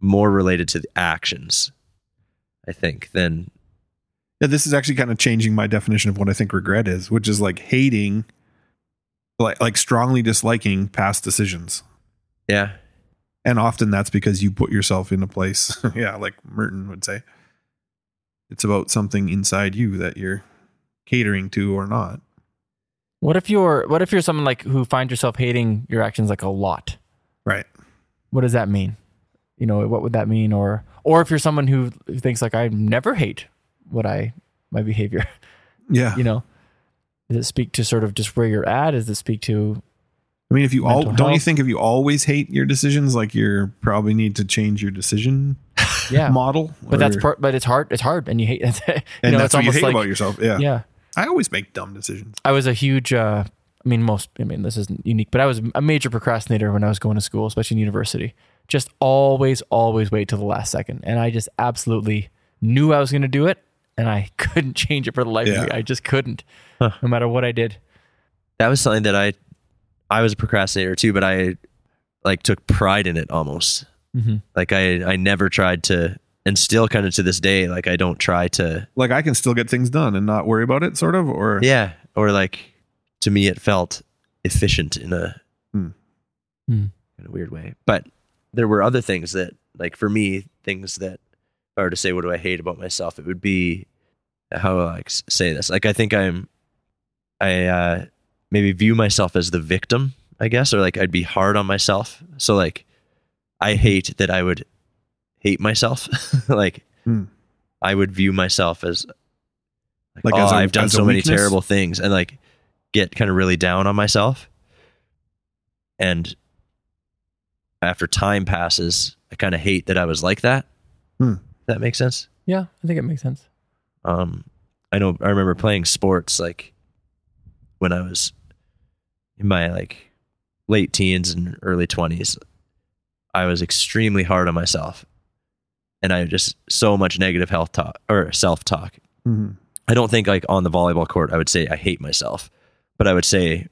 D: more related to the actions, I think, than
B: Yeah, this is actually kind of changing my definition of what I think regret is, which is like hating, like like strongly disliking past decisions,
D: yeah.
B: and often that's because you put yourself in a place. yeah, like Merton would say, it's about something inside you that you're catering to or not.
C: What if you're what if you're someone like who finds yourself hating your actions like a lot?
B: Right.
C: What does that mean? You know, what would that mean? Or or if you're someone who thinks like I never hate what I my behavior,
B: Yeah.
C: you know. Does it speak to sort of just where you're at? Does it speak to
B: I mean, if you all
C: Mental
B: don't you
C: health.
B: think if you always hate your decisions, like you're probably need to change your decision
C: yeah?
B: model.
C: But that's
B: or-
C: part. But it's hard. It's hard, and you hate. you
B: and
C: know,
B: that's
C: it's
B: what you
C: almost
B: hate
C: like
B: about yourself. Yeah.
C: yeah.
B: I always make dumb decisions.
C: I was a huge. Uh, I mean, most. I mean, this isn't unique, but I was a major procrastinator when I was going to school, especially in university. Just always, always wait till the last second, and I just absolutely knew I was going to do it, and I couldn't change it for the life
B: Yeah.
C: of me. I just couldn't,
D: Huh.
C: no matter what I did.
D: That was something that I I was a procrastinator too, but I like took pride in it almost.
C: Mhm.
D: Like I I never tried to and still kind of to this day like I don't try to
B: like I can still get things done and not worry about it, sort of. Or
D: Yeah, or like to me, it felt efficient in a
B: Hmm.
C: Hmm.
D: in a weird way. But there were other things that, like for me, things that if I were to say, what do I hate about myself? It would be how do I like, s- say this. Like I think I'm, I uh, maybe view myself as the victim, I guess, or like I'd be hard on myself. So like, I hate that I would hate myself. like
B: Hmm.
D: I would view myself as
B: Like,
D: like,
B: as
D: oh,
B: a-
D: i I've done
B: as a
D: so many
B: weakness?
D: terrible things, and like get kind of really down on myself. And after time passes, I kind of hate that I was like that.
B: Hmm.
D: That makes sense.
C: Yeah, I think it makes sense.
D: Um, I know I remember playing sports like when I was in my like late teens and early twenties. I was extremely hard on myself, and I just so much negative health talk or self talk.
B: Mhm.
D: I don't think like on the volleyball court I would say I hate myself, but I would say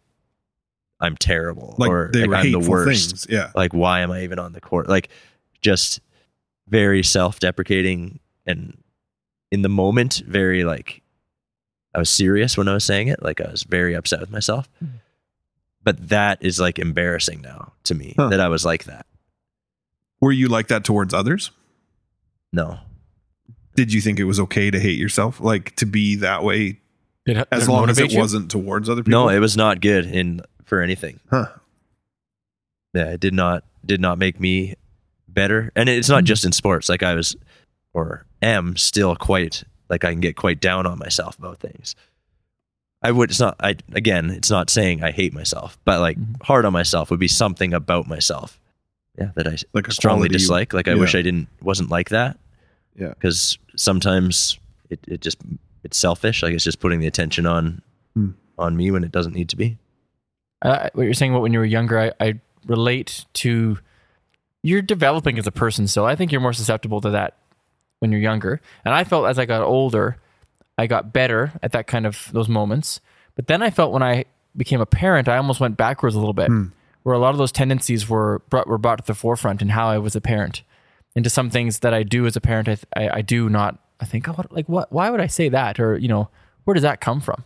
D: I'm terrible
B: like
D: or
B: they
D: like,
B: were
D: I'm the
B: hateful
D: worst.
B: things. Yeah,
D: Like why am I even on the court? Like just very self-deprecating and in the moment very like I was serious when I was saying it, like I was very upset with myself. But that is like embarrassing now to me
B: Huh.
D: that I was like that.
B: were you like that towards others?
D: No.
B: Did you think it was okay to hate yourself, like to be that way,
C: Did,
B: as
C: did
B: long as it
C: motivate you?
B: wasn't towards other people?
D: No, it was not good in for anything.
B: Huh.
D: yeah, it did not did not make me better. And it's not just in sports. Like I was or am still quite like I can get quite down on myself about things. I would it's not I again, it's not saying I hate myself, but like hard on myself would be something about myself. Yeah, that I
B: Like a
D: strongly
B: quality you-
D: dislike. Like I
B: yeah.
D: wish I didn't wasn't like that.
B: Yeah.
D: Cuz sometimes it it just it's selfish. Like it's just putting the attention on
B: Hmm.
D: on me when it doesn't need to be.
C: uh, what you're saying about when you were younger, I, I relate to you're developing as a person. So I think you're more susceptible to that when you're younger. And I felt as I got older, I got better at that kind of those moments. But then I felt when I became a parent, I almost went backwards a little bit, where a lot of those tendencies were brought, were brought to the forefront in how I was a parent, and to some things that I do as a parent, I, th- I, I do not. I think, oh, what, like, what? Why would I say that? Or you know, where does that come from?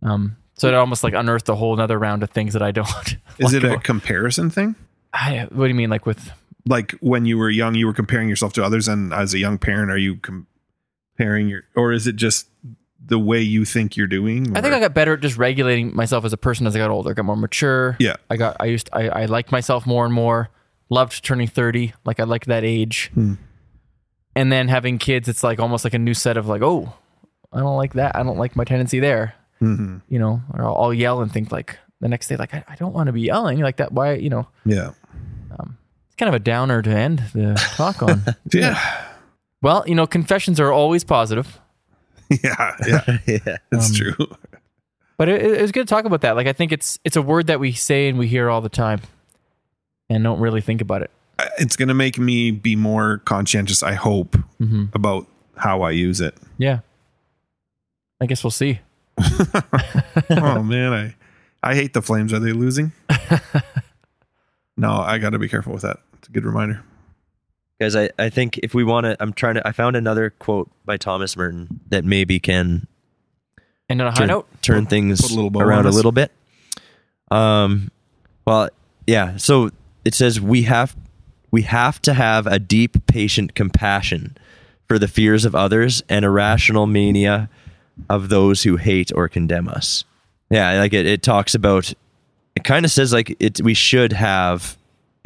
C: Um, so it almost like unearthed a whole another round of things that I don't.
B: Is
C: like
B: it a
C: about-
B: comparison thing?
C: I- what do you mean, like with?
B: Like when you were young, you were comparing yourself to others, and as a young parent, are you com- comparing your, or is it just the way you think you're doing?
C: I think
B: or-
C: I got better at just regulating myself as a person as I got older. I got more mature.
B: Yeah.
C: I got I used I, I liked myself more and more. Loved turning thirty. Like I liked that age. And then having kids, it's like almost like a new set of like, oh, I don't like that. I don't like my tendency there.
B: Mm-hmm.
C: You know, or I'll, I'll yell and think like the next day, like I, I don't want to be yelling like that. Why? You know,
B: yeah.
C: it's kind of a downer to end the talk on.
B: Yeah.
C: Well, you know, confessions are always positive.
B: Yeah. Yeah. Um, That's true.
C: But it, it was good to talk about that. Like I think it's it's a word that we say and we hear all the time, and don't really think about it.
B: It's going to make me be more conscientious, I hope, about how I use it.
C: Yeah. I guess we'll see.
B: oh man, I I hate the Flames. Are they losing? no, I got to be careful with that. It's a good reminder.
D: Guys, I, I think if we want to, I'm trying to, I found another quote by Thomas Merton that maybe can
C: And on a high
D: turn,
C: note,
D: turn things
B: put a little bow on
D: around a
B: this.
D: little bit. Um, well, yeah. So it says we have we have to have a deep, patient compassion for the fears of others and a rational mania of those who hate or condemn us. Yeah, like it, it talks about. It kind of says like it. We should have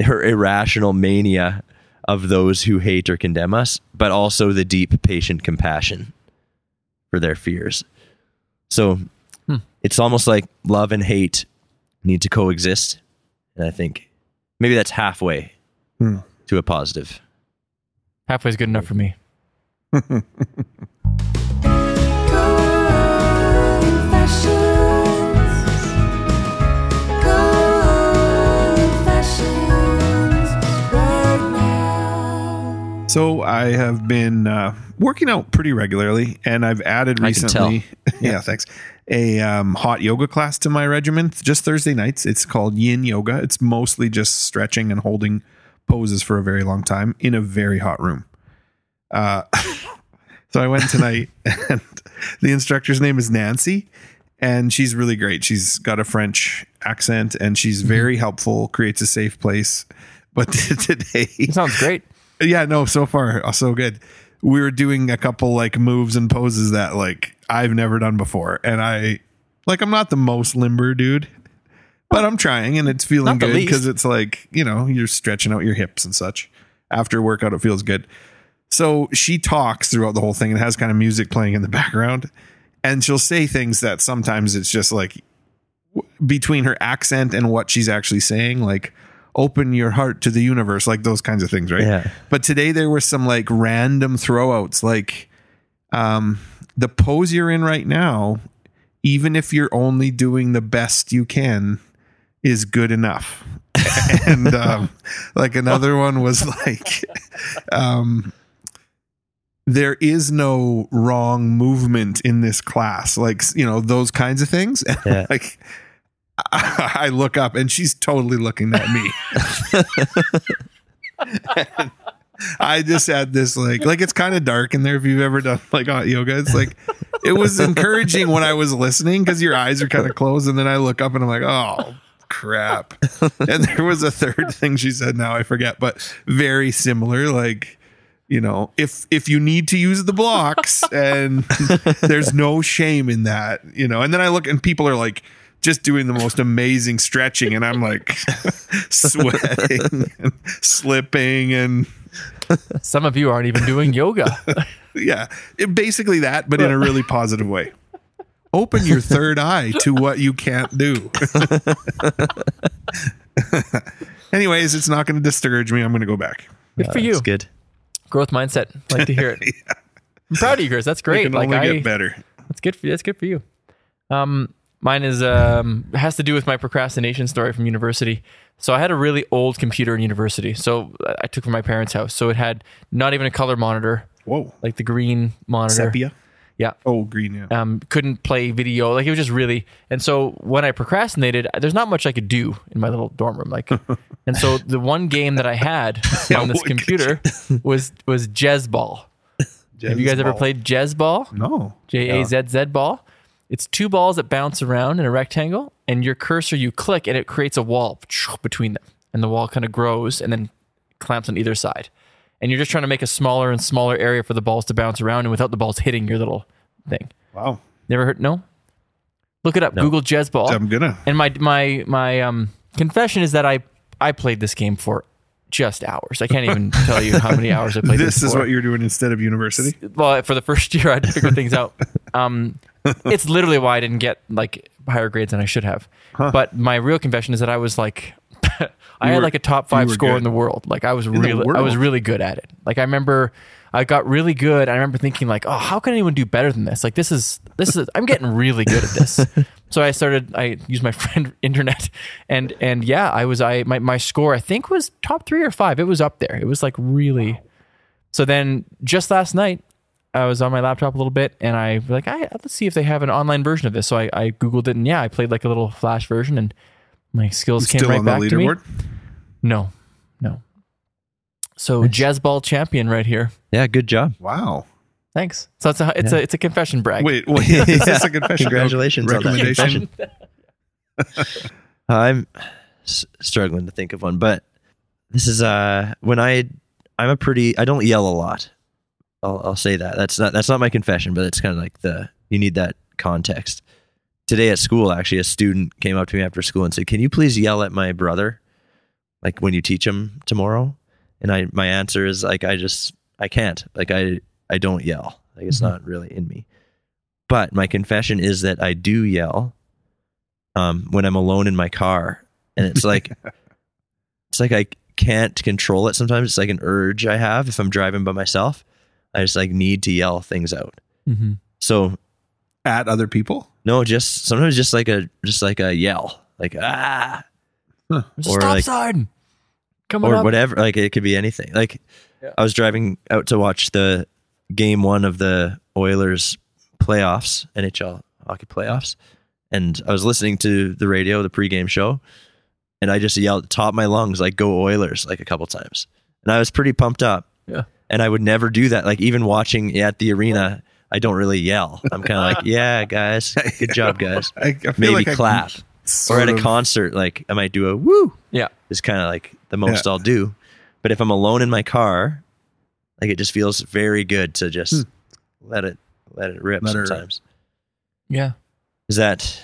D: her irrational mania of those who hate or condemn us, but also the deep, patient compassion for their fears. So it's almost like love and hate need to coexist. And I think maybe that's halfway
B: Hmm.
D: to a positive.
C: halfway's good enough for me.
B: So I have been uh, working out pretty regularly, and I've added
D: I can tell.
B: recently. yeah, thanks. A um, hot yoga class to my regimen, just Thursday nights. It's called Yin Yoga. It's mostly just stretching and holding poses for a very long time in a very hot room. Uh, so I went tonight, and the instructor's name is Nancy, and she's really great. She's got a French accent, and she's
D: Mm-hmm.
B: very helpful. Creates a safe place. But today,
C: It sounds great.
B: yeah no so far uh, so good we were doing a couple like moves and poses that like i've never done before and i like i'm not the most limber dude but i'm trying and it's feeling
C: Not the
B: good
C: least.
B: because it's like you know you're stretching out your hips and such after a workout it feels good so she talks throughout the whole thing and has kind of music playing in the background and she'll say things that sometimes it's just like w- between her accent and what she's actually saying like open your heart to the universe like those kinds of things right
D: Yeah.
B: but today there were some like random throwouts like um the pose you're in right now even if you're only doing the best you can is good enough and um like another one was like um there is no wrong movement in this class like you know those kinds of things and
D: Yeah.
B: like I, I look up and she's totally looking at me And i just had this like like it's kind of dark in there if you've ever done like hot yoga it's like it was encouraging when i was listening because your eyes are kind of closed and then i look up and i'm like oh crap and there was a third thing she said now i forget but very similar like you know if if you need to use the blocks and there's no shame in that you know and then i look and people are like just doing the most amazing stretching and i'm like sweating and slipping and
C: Some of you aren't even doing yoga.
B: yeah it, basically that but in a really positive way open your third eye to what you can't do anyways it's not going to discourage me i'm going to go back
C: Good for you.
D: It's good.
C: Growth mindset. Like to hear it. I'm proud of you, Chris. That's
B: it
C: great.
B: can
C: Like
B: only
C: I,
B: get better
C: that's good for you. That's good for you. Um, mine is um has to do with my procrastination story from university. So I had a really old computer in university. So I- I took from my parents' house. So it had not even a color monitor,
B: whoa
C: like the green monitor.
B: sepia
C: Yeah.
B: oh green yeah
C: um, couldn't play video. Like it was just really. And so when I procrastinated, there's not much I could do in my little dorm room. Like, and so the one game that I had on this
B: what could
C: computer was was Jez Ball. Have you guys ever
B: Jezebel.
C: played Jez Ball?
B: no
C: J A Z Z ball. It's two balls that bounce around in a rectangle, and your cursor you click, and it creates a wall between them, and the wall kind of grows and then clamps on either side, and you're just trying to make a smaller and smaller area for the balls to bounce around, and without the balls hitting your little thing.
B: Wow.
C: Never heard? No. Look it up. Google Jez Ball.
D: Oh.
B: I'm gonna.
C: And my my my um confession is that I I played this game for just hours. I can't even tell you how many hours I played.
B: This is
C: for.
B: what you're doing instead of university.
C: well for the first year I had to figure things out. Um, it's literally why I didn't get like higher grades than I should have. But my real confession is that I was like, I
B: You
C: had
B: were-
C: like a top five
B: were
C: score
B: good.
C: in the world. Like I was
B: the
C: really, I was
B: world?
C: really good at it. Like I remember, I got really good. I remember thinking like, oh, how can anyone do better than this? Like this is this is I'm getting really good at this. so I started. I used my friend internet, and and yeah, I was I my my score I think was top three or five. It was up there. It was like really. So then just last night, I was on my laptop a little bit and I was like, I, let's see if they have an online version of this. So I, I Googled it and yeah, I played like a little flash version and my skills came
B: Still
C: right
B: on the
C: back to me.
B: leaderboard.
C: No, no. So jazz ball champion right here.
D: Yeah, good job.
B: Wow.
C: Thanks. So it's a, it's a, it's a confession brag.
B: Wait. Wait. Is this a confession?
D: Congratulations on that
B: Recommendation.
D: I'm s- struggling to think of one, but this is uh when I I'm a pretty I don't yell a lot. I'll, I'll say that. That's not that's not my confession, but it's kind of like the you need that context. Today at school, actually, a student came up to me after school and said, "Can you please yell at my brother, like when you teach him tomorrow?" And I my answer is like I just I can't like I I don't yell like it's not really in me. But my confession is that I do yell um, when I'm alone in my car, and it's like it's like I can't control it. Sometimes it's like an urge I have if I'm driving by myself. I just like need to yell things out.
C: Mhm.
D: So
B: At other people.
D: no, just sometimes just like a just like a yell, like ah Or
C: Stop
D: like-
C: sign. Come
D: or
C: on. Up.
D: whatever. Like it could be anything. Like I was driving out to watch the game one of the Oilers playoffs, NHL hockey playoffs, and I was listening to the radio, the pregame show, and I just yelled at the top of my lungs like "Go Oilers!" like a couple times, and I was pretty pumped up.
C: Yeah.
D: And I would never do that. Like even watching at the arena, I don't really yell. I'm kind of like, "Yeah, guys, good job, guys."
B: I, I feel
D: Maybe
B: like I can
D: clap, or
B: sort
D: at a
B: of-
D: concert, like I might do a woo
C: Yeah.
D: is kind of like the most I'll do. But if I'm alone in my car, like it just feels very good to just let it let it rip
B: Hmm. Let her rip.
D: sometimes.
C: Yeah.
D: Is that
C: That's-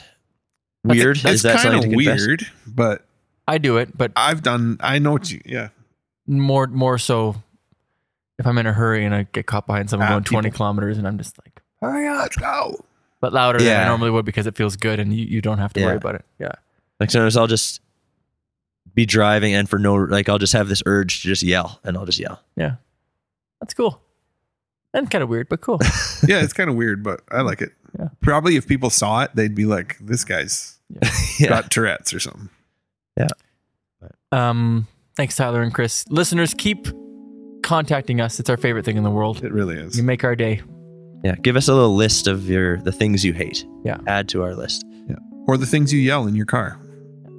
D: weird?
B: It's
D: is that
B: kind of
D: something to confess?
B: weird, but
C: I do it, but
B: I've done. I know what you. Yeah.
C: more, more so if I'm in a hurry and I get caught behind someone
B: Ah,
C: going 20
B: people.
C: kilometers and I'm just like,
B: Hurry up. Let's go.
C: but louder than I
D: Yeah.
C: normally would because it feels good and you, you don't have to worry
D: Yeah.
C: about it. Yeah.
D: Like sometimes I'll just be driving and for no like I'll just have this urge to just yell and I'll just yell.
C: Yeah. That's cool. And kind of weird, but cool.
B: Yeah, it's kind of weird, but I like it.
C: Yeah.
B: Probably if people saw it, they'd be like, "This guy's
D: Yeah.
B: got Tourette's or something."
C: um, thanks, Tyler and Chris. Listeners, keep contacting us. It's our favorite thing in the world.
B: It really is.
C: You make our day.
D: Yeah. Give us a little list of your the things you hate.
C: Yeah.
D: Add to our list.
B: Or the things you yell in your car.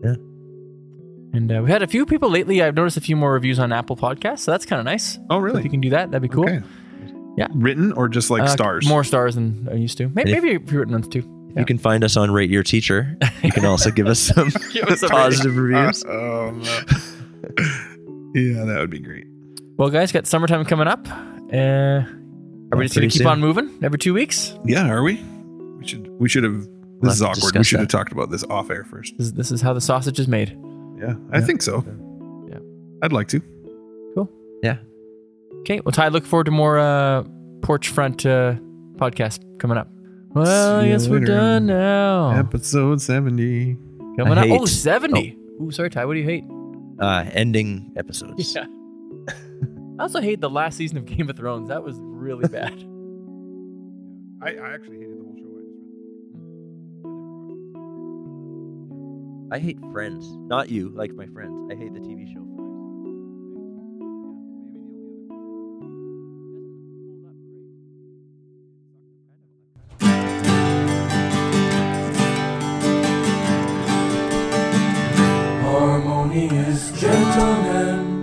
C: And uh, we had a few people lately. I've noticed a few more reviews on Apple Podcasts, so that's kind of nice.
B: Oh,
C: So If you
B: really?
C: can do that, that'd be cool.
B: Okay.
C: Yeah.
B: Written or just like
C: Uh,
B: stars?
C: More stars than I used to. Maybe,
D: And if-
C: maybe if you're written ones too.
D: You can find us on Rate Your Teacher. You can also give us some positive
B: Uh,
D: reviews.
B: oh, no. yeah, that would be great.
C: Well, guys, got summertime coming up. Uh, are we just going
D: pretty
C: to keep
D: soon.
C: on moving every two weeks?
B: Yeah, are we? We should. We should have.
D: We'll
B: This is
D: have to
B: awkward. We
D: discuss
B: should have
D: that.
B: talked about this off air first.
C: This, this is how the sausage is made.
B: Yeah, I think so.
C: Yeah.
B: I'd like to.
D: Yeah.
C: Okay. Well, Ty, look forward to more uh, porch front uh, podcast coming up. Well, I
B: See you
C: guess we're
B: later.
C: done now.
B: Episode seventy.
C: Coming
D: I
C: up.
D: hate-
C: Oh, 70. Ooh, sorry, Ty. What do you hate?
D: Uh, ending episodes.
C: I also hate the last season of Game of Thrones. That was really bad.
B: I, I actually hated the whole show. I just read
D: I hate Friends. Not you, like my friends. I hate the TV show Friends.
E: harmonious gentlemen.